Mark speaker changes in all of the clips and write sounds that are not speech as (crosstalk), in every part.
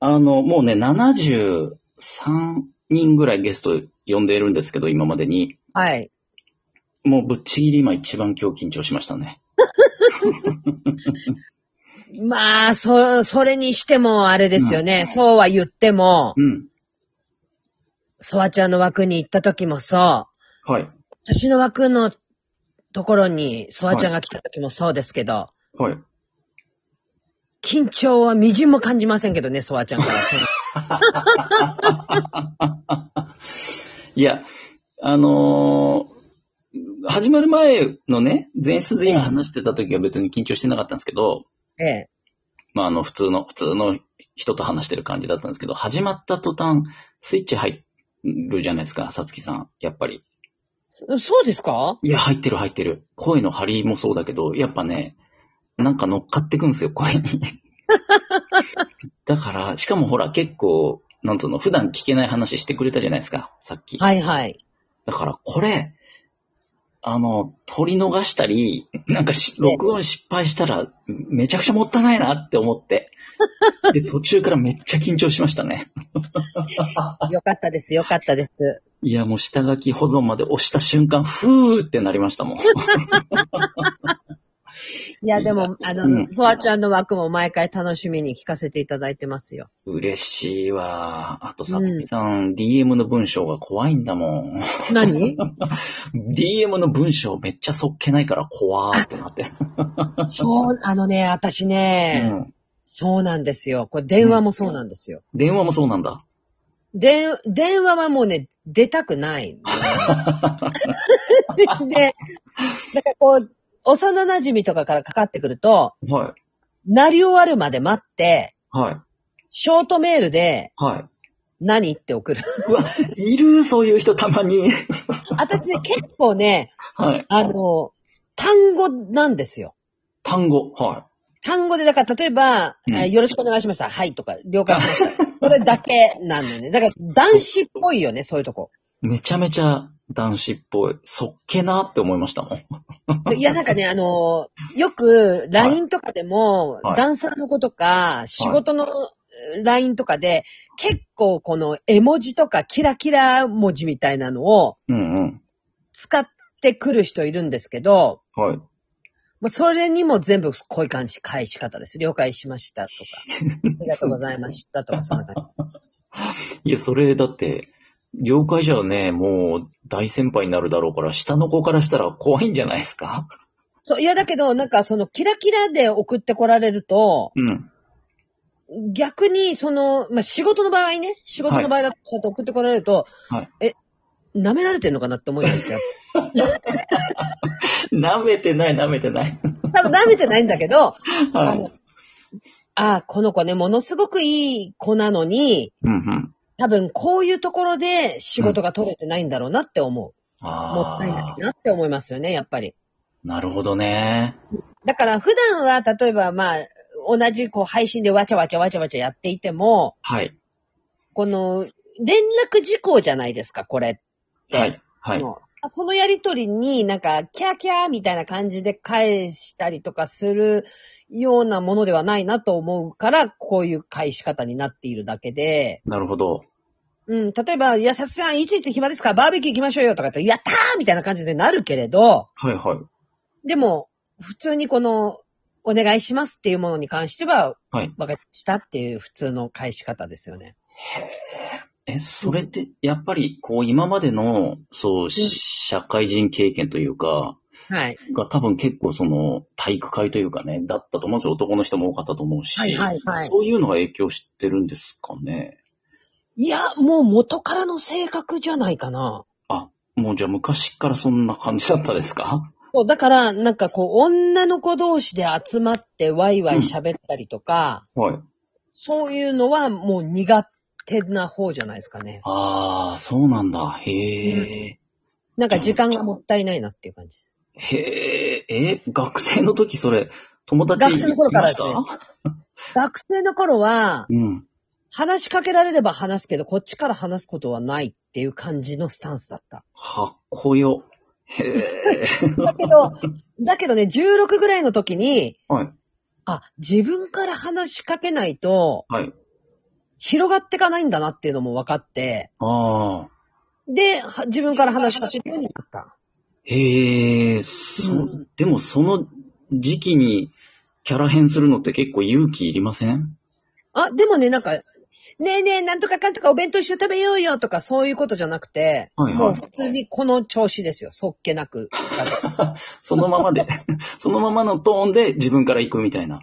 Speaker 1: あの、もうね、73人ぐらいゲスト呼んでいるんですけど、今までに。
Speaker 2: はい。
Speaker 1: もうぶっちぎり今一番今日緊張しましたね。
Speaker 2: まあ、そ、それにしても、あれですよね、そうは言っても、
Speaker 1: うん。
Speaker 2: ソワちゃんの枠に行った時もそう、
Speaker 1: はい。
Speaker 2: 私の枠のところにソワちゃんが来た時もそうですけど、
Speaker 1: はい。
Speaker 2: 緊張はみじんも感じませんけどね、ソワちゃ
Speaker 1: (laughs)
Speaker 2: んから。
Speaker 1: いや、あのー始まる前のね、前室で今話してた時は別に緊張してなかったんですけど、
Speaker 2: ええ。
Speaker 1: まあ、あの、普通の、普通の人と話してる感じだったんですけど、始まった途端、スイッチ入るじゃないですか、さつきさん。やっぱり。
Speaker 2: そそうですか
Speaker 1: いや、入ってる入ってる。声の張りもそうだけど、やっぱね、なんか乗っかってくんですよ、声に。
Speaker 2: (laughs)
Speaker 1: だから、しかもほら、結構、なんつうの、普段聞けない話してくれたじゃないですか、さっき。
Speaker 2: はいはい。
Speaker 1: だから、これ、あの、取り逃したり、なんかし、
Speaker 2: ね
Speaker 1: 録音失敗したら、めちゃくちゃもったいないなって思
Speaker 2: (laughs)
Speaker 1: って。で、途中からめっちゃ緊張しましたね。
Speaker 2: よかったです、よかったです。
Speaker 1: いや、もう下書き保存まで押した瞬間、ふーってなりましたもん。
Speaker 2: いや、でも、あ
Speaker 1: う
Speaker 2: の、
Speaker 1: ん
Speaker 2: ソワちゃんの枠も毎回楽しみに聞かせていただいてますよ。
Speaker 1: 嬉しいわ。あと、さ
Speaker 2: うん
Speaker 1: つきさん,、DM の文章が怖いんだも
Speaker 2: (laughs)
Speaker 1: ん。 (laughs)
Speaker 2: 何
Speaker 1: DM の文章めっちゃそっけないから怖ーってなって。
Speaker 2: そう、あのね、私ね、
Speaker 1: うん
Speaker 2: そうなんですよ。これ電話もそうなんですよ。
Speaker 1: 電話もそうなんだ。
Speaker 2: で、電話はもうね、出たくない。で、
Speaker 1: (laughs)
Speaker 2: だからこう、幼馴染とかからかかってくると、
Speaker 1: はい。
Speaker 2: なり終わるまで待って、
Speaker 1: はい。
Speaker 2: ショートメールで
Speaker 1: はい。
Speaker 2: 何って送る。
Speaker 1: うわ、いる、そういう人たまに。
Speaker 2: 私ね、結構ね、
Speaker 1: はい。
Speaker 2: あの、単語なんですよ。
Speaker 1: 単語。は
Speaker 2: 単語で、だから例えば、
Speaker 1: うん
Speaker 2: あよろしくお願いしました。はいとか、了解しました。それだけなのね。だから男子っぽいよね、そういうとこ。
Speaker 1: い。めちゃめちゃ男子っぽい。そっけなって思いましたもん。
Speaker 2: いや、なんかね、あのーよく、LINE とかでも、
Speaker 1: はい
Speaker 2: ダンサーの子とか、仕事の LINE とかで、結構この絵文字とかキラキラ文字みたいなのを
Speaker 1: うんうん。
Speaker 2: 使ってくる人いるんですけど、
Speaker 1: はい。
Speaker 2: もうそれにも全部こういう感じ、返し方です。了解しましたとか、
Speaker 1: (laughs)
Speaker 2: ありがとうございましたとか、そんな感
Speaker 1: いや、それだって、業界じゃね、もう大先輩になるだろうから、下の子からしたら怖いんじゃないですか
Speaker 2: じ。そう、いやだけど、なんかそのキラキラで送ってこられると、
Speaker 1: うん。
Speaker 2: 逆に、その、まあ、仕事の場合ね、仕事の場合だと、ちゃんと送ってこられると、
Speaker 1: はい
Speaker 2: え、舐められてんのかなって思うんですけど、
Speaker 1: 舐めてない、舐めてない。
Speaker 2: (laughs) 多分舐めてないんだけど、あ
Speaker 1: はい
Speaker 2: の。あーこの子ね、ものすごくいい子なのに、
Speaker 1: うんうん。
Speaker 2: 多分こういうところで仕事が取れてないんだろうなって思う。も
Speaker 1: あ
Speaker 2: ったいな
Speaker 1: あ
Speaker 2: い、なって思いますよね、やっぱり。
Speaker 1: なるほどね。
Speaker 2: だから普段は、例えばまあ、同じこう配信でわちゃわちゃわちゃわちゃやっていても、
Speaker 1: はい。
Speaker 2: この、連絡事項じゃないですか、これって。
Speaker 1: はい。はい。
Speaker 2: もうそのやりとりになんか、キャーキャーみたいな感じで返したりとかするようなものではないなと思うから、こういう返し方になっているだけで、
Speaker 1: なるほど。
Speaker 2: うん、例えば、いや、さすがいついつ暇ですからバーベキュー行きましょうよとかって、やったーみたいな感じでなるけれど、
Speaker 1: はいはい。
Speaker 2: でも、普通にこの、お願いしますっていうものに関しては、
Speaker 1: はい
Speaker 2: わかりましたっていう普通の返し方ですよね。
Speaker 1: え、それって、やっぱり、こう、今までの、そう、社会人経験というか、
Speaker 2: はい。
Speaker 1: が多分結構その、体育会というかね、だったと思うんですよ。男の人も多かったと思うし。
Speaker 2: はいはいはい
Speaker 1: そういうのが影響してるんですかね。
Speaker 2: いや、もう元からの性格じゃないかな。
Speaker 1: もうじゃあ昔からそんな感じだったですか
Speaker 2: そう、だから、なんかこう、女の子同士で集まってワイワイ喋ったりとか、
Speaker 1: はい。
Speaker 2: そういうのはもう苦手な方じゃないですかね。
Speaker 1: ああ、そうなんだ。へえ。
Speaker 2: なんか時間がもったいないなっていう感じです。
Speaker 1: へえ、え、学生の時それ、友達
Speaker 2: 学生の頃から
Speaker 1: いました
Speaker 2: で学生の頃は、
Speaker 1: うん。
Speaker 2: 話しかけられれば話すけど、こっちから話すことはないっていう感じのスタンスだった。
Speaker 1: かっこよ。へ
Speaker 2: (laughs)
Speaker 1: え。
Speaker 2: だけど、だけどね、16ぐらいの時に、
Speaker 1: はい。
Speaker 2: あ、自分から話しかけないと、
Speaker 1: はい。
Speaker 2: 広がっていかないんだなっていうのも分かって、
Speaker 1: ああ。
Speaker 2: で、は自分から話しかけるようになった。
Speaker 1: へえ、そ、
Speaker 2: うん
Speaker 1: でもその時期にキャラ変するのって結構勇気いりません
Speaker 2: あ、でもね、なんか、ねえねえ、なんとかかんとかお弁当一緒に食べようよとかそういうことじゃなくて、
Speaker 1: はい
Speaker 2: も
Speaker 1: は
Speaker 2: う
Speaker 1: い。
Speaker 2: 普通にこの調子ですよ。そっけなく。
Speaker 1: そのまま
Speaker 2: (laughs)
Speaker 1: で、そのままのトーンで自分から行くみたいな。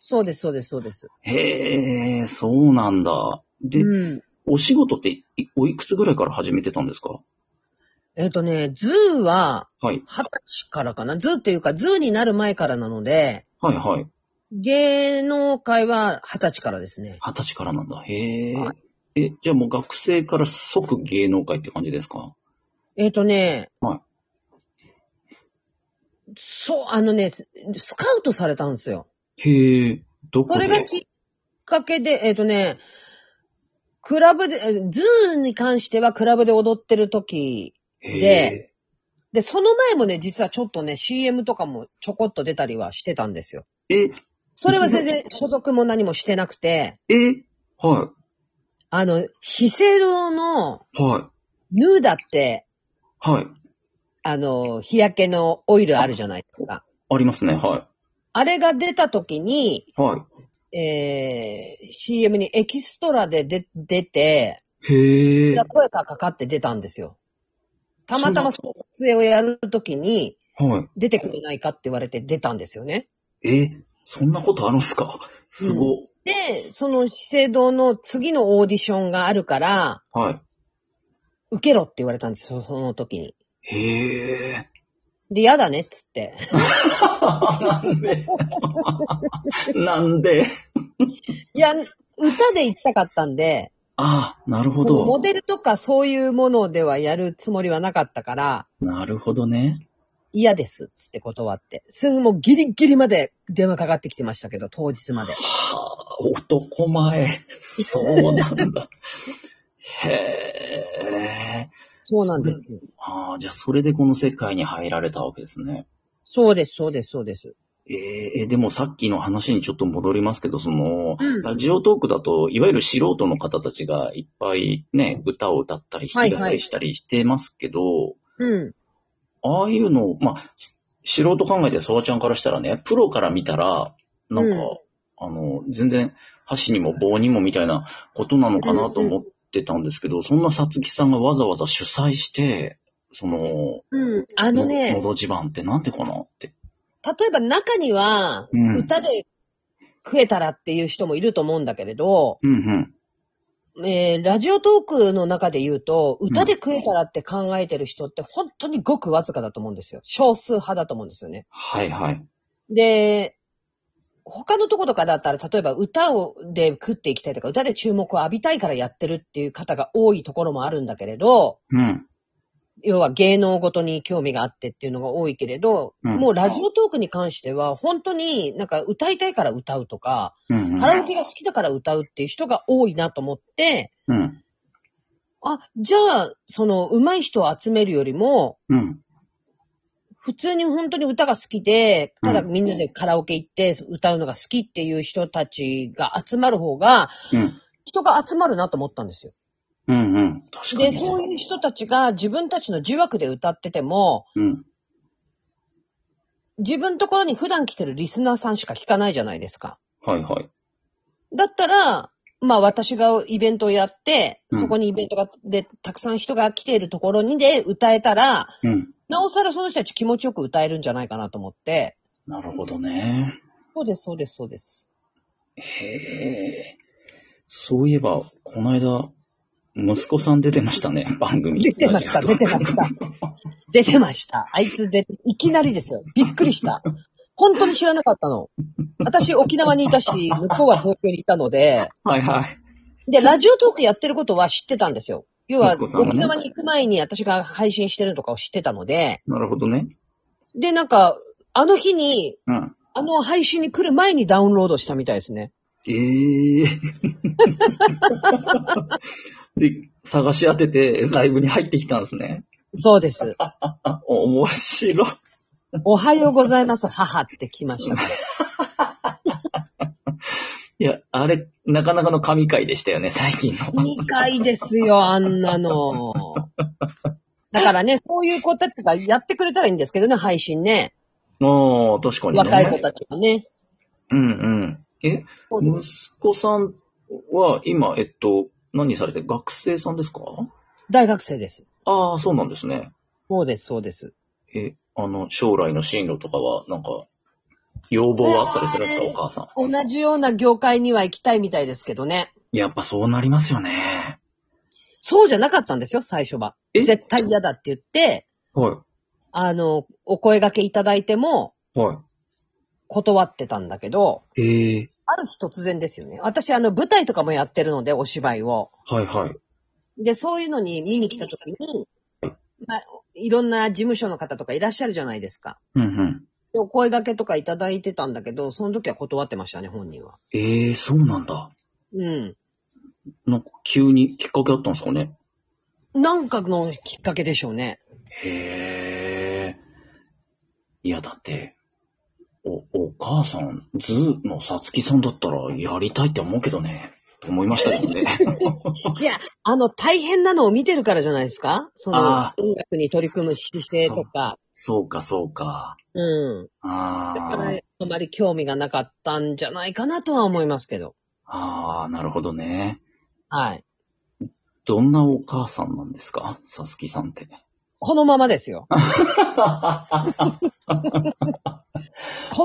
Speaker 2: そうです、そうです、そうです。
Speaker 1: へえ、そうなんだ。で、
Speaker 2: うん。
Speaker 1: お仕事っていおいくつぐらいから始めてたんですか
Speaker 2: えっ、とね、ズーは
Speaker 1: はい。
Speaker 2: 二十歳からかな。ズーっていうか、ズーになる前からなので、
Speaker 1: はいはい。
Speaker 2: 芸能界は二十歳からですね。
Speaker 1: 二十歳からなんだ。へえ
Speaker 2: は。
Speaker 1: え、じゃあもう学生から即芸能界って感じですか
Speaker 2: えっ、とね、
Speaker 1: は
Speaker 2: そう、あのね、ススカウトされたんですよ。
Speaker 1: へえ。どこで
Speaker 2: それがきっかけで、えっ、とね、クラブで、えズーに関してはクラブで踊ってる時、
Speaker 1: へ
Speaker 2: で、その前もね、実はちょっとね、CM とかもちょこっと出たりはしてたんですよ。
Speaker 1: え。え、
Speaker 2: それは全 (laughs) 然所属も何もしてなくて、
Speaker 1: え、は
Speaker 2: あの、資生堂の
Speaker 1: い、は
Speaker 2: ヌーダって、
Speaker 1: い、はい。
Speaker 2: あの、日焼けのオイルあるじゃないですか。
Speaker 1: ありますね、は
Speaker 2: あれが出た時に、
Speaker 1: い。は
Speaker 2: えー、CM にエキストラで出出て、
Speaker 1: い。へえ。
Speaker 2: 声がかかって出たんですよ。たまたまその撮影をやるときに
Speaker 1: は
Speaker 2: 出てくれないかって言われて出たんですよね。
Speaker 1: い。え、そんなことあるんすかすご、
Speaker 2: で、その資生堂の次のオーディションがあるから、
Speaker 1: はい。
Speaker 2: 受けろって言われたんですよ、その時に。
Speaker 1: へえ。
Speaker 2: で、嫌だねっつって。 (laughs)
Speaker 1: なんでなんで
Speaker 2: いや、歌で行きたかったんで、
Speaker 1: ああ、なるほ
Speaker 2: そのモ
Speaker 1: ど。
Speaker 2: デルとかそういうものではやるつもりはなかったから、
Speaker 1: なるほどね。
Speaker 2: 嫌ですっつって断って。すぐもうギリギリまで電話かかってきてましたけど、当日まで。
Speaker 1: はあ、男前。そうなん
Speaker 2: (laughs)
Speaker 1: だ。へえ。
Speaker 2: そうなんですよ。
Speaker 1: ああ、じゃあそれでこの世界に入られたわけですね。
Speaker 2: そうです、そうです、そうです。
Speaker 1: えー、でもさっきの話にちょっと戻りますけど、その、
Speaker 2: うん
Speaker 1: ラジオトークだと、いわゆる素人の方たちがいっぱいね、歌を歌ったり、弾
Speaker 2: はい
Speaker 1: き
Speaker 2: はい
Speaker 1: 語りしたりしてますけど、
Speaker 2: うん。
Speaker 1: ああいうのを、まあ、し素人考えて沢ちゃんからしたらね、プロから見たら、なんか、
Speaker 2: うん
Speaker 1: あの、全然箸にも棒にもみたいなことなのかなと思ってたんですけど、そんなさつきさんがわざわざ主催して、その、
Speaker 2: うん。あの
Speaker 1: の
Speaker 2: ね、
Speaker 1: ど自慢ってなんでかなって。
Speaker 2: 例えば中には、
Speaker 1: うん。
Speaker 2: 歌で食えたらっていう人もいると思うんだけれど、
Speaker 1: うんうん。
Speaker 2: えー、ラジオトークの中で言うと、歌で食えたらって考えてる人って本当にごくわずかだと思うんですよ。少数派だと思うんですよね。
Speaker 1: はいはい。
Speaker 2: で、他のとことかだったら、例えば歌をで食っていきたいとか、歌で注目を浴びたいからやってるっていう方が多いところもあるんだけれど、
Speaker 1: うん。
Speaker 2: 要は芸能ごとに興味があってっていうのが多いけれど、
Speaker 1: うん
Speaker 2: もうラジオトークに関しては、本当になんか歌いたいから歌うとか、
Speaker 1: うんうん
Speaker 2: カラオケが好きだから歌うっていう人が多いなと思って、
Speaker 1: うん。
Speaker 2: あ、じゃあ、その上手い人を集めるよりも、
Speaker 1: うん。
Speaker 2: 普通に本当に歌が好きで、ただ
Speaker 1: う
Speaker 2: みんなでカラオケ行って歌うのが好きっていう人たちが集まる方が、
Speaker 1: うん。
Speaker 2: 人が集まるなと思ったんですよ。
Speaker 1: うん。うん。確か
Speaker 2: で、
Speaker 1: に。
Speaker 2: そういう人たちが自分たちの呪縛で歌ってても、
Speaker 1: うん。
Speaker 2: 自分のところに普段来てるリスナーさんしか聞かないじゃないですか。
Speaker 1: はいはい。
Speaker 2: だったら、まあ私がイベントをやって、
Speaker 1: うん
Speaker 2: そこにイベントが、で、たくさん人が来ているところにで歌えたら、
Speaker 1: うん。
Speaker 2: なおさらその人たち気持ちよく歌えるんじゃないかなと思って。
Speaker 1: なるほどね。
Speaker 2: そうです、そうです、そうです。
Speaker 1: へえ。そういえば、この間、息子さん出てましたね、 (laughs) 番組。
Speaker 2: 出てました、出てました。出てました。あいつで、いきなりですよ。びっくりした。本当に知らなかったの。私、沖縄にいたし、向こうは東京にいたので、
Speaker 1: はいはい。
Speaker 2: で、ラジオトークやってることは知ってたんですよ。要は、
Speaker 1: 息子さんがね
Speaker 2: 沖縄に行く前に私が配信してるのとかを知ってたので、
Speaker 1: なるほどね。
Speaker 2: で、なんか、あの日に、
Speaker 1: うん。
Speaker 2: あの配信に来る前にダウンロードしたみたいですね。
Speaker 1: ええ。 (laughs) で、探し当てて、ライブに入ってきたんですね。
Speaker 2: そうです。 (laughs)
Speaker 1: あ、面白い。
Speaker 2: (laughs) おはようございます、母って来ましたから。
Speaker 1: いや、あれ、なかなかの神回でしたよね、最近の。 (laughs)
Speaker 2: 2回ですよ、あんなの。だからね、そういう子たちがやってくれたらいいんですけどね、配信ね。
Speaker 1: もう、確かにね。
Speaker 2: 若い子たちがね。
Speaker 1: うんうん。え、
Speaker 2: そうです
Speaker 1: 息子さんは今、えっと、何されて、学生さんですか
Speaker 2: 大学生です。
Speaker 1: ああ、そうなんですね。
Speaker 2: そうです、そうです。
Speaker 1: え、あの、将来の進路とかは、なんか、要望はあったりするんですか、
Speaker 2: えー
Speaker 1: お母さ
Speaker 2: 同じような業界には行きたいみたいですけどね。
Speaker 1: ん。やっぱそうなりますよね。
Speaker 2: そうじゃなかったんですよ、最初は。
Speaker 1: え
Speaker 2: 絶対嫌だって言って、
Speaker 1: は
Speaker 2: あの、お声掛けいただいても
Speaker 1: い。は
Speaker 2: 断ってたんだけど、
Speaker 1: い。ええ
Speaker 2: ある日突然ですよね。私、あの、舞台とかもやってるので、お芝居を。
Speaker 1: はいはい。
Speaker 2: で、そういうのに見に来た時に
Speaker 1: うん、
Speaker 2: まあ、いろんな事務所の方とかいらっしゃるじゃないですか。
Speaker 1: うんうん。
Speaker 2: で、お声掛けとかいただいてたんだけど、その時は断ってましたね、本人は。
Speaker 1: ええそうなんだ。
Speaker 2: うん。
Speaker 1: なんか急にきっかけあったんですかね。
Speaker 2: なんかのきっかけでしょうね。
Speaker 1: へえ。いや、だって、お、お母さん、ズーのさつきさんだったらやりたいって思うけどね。と思いましたけどね。
Speaker 2: いや、あの、大変なのを見てるからじゃないですかその、
Speaker 1: あ
Speaker 2: 音楽に取り組む姿勢とか。
Speaker 1: そうか、そうか。
Speaker 2: うん。だ
Speaker 1: あ
Speaker 2: から
Speaker 1: ー、
Speaker 2: あまり興味がなかったんじゃないかなとは思いますけど。
Speaker 1: あー、なるほどね。
Speaker 2: はい。
Speaker 1: どんなお母さんなんですかさつきさんって。
Speaker 2: このままですよ。こ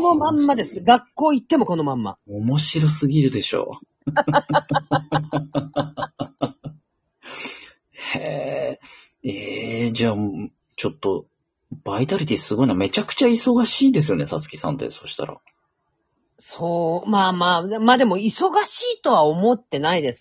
Speaker 2: のまんまです。学校行ってもこのまんま。
Speaker 1: 面白すぎるでしょ。 (laughs) へえ、えー、じゃあ、ちょっと、バイタリティすごいな。めちゃくちゃ忙しいですよね、さつきさんって。そしたら。
Speaker 2: そう、まあまあ、まあでも忙しいとは思ってないです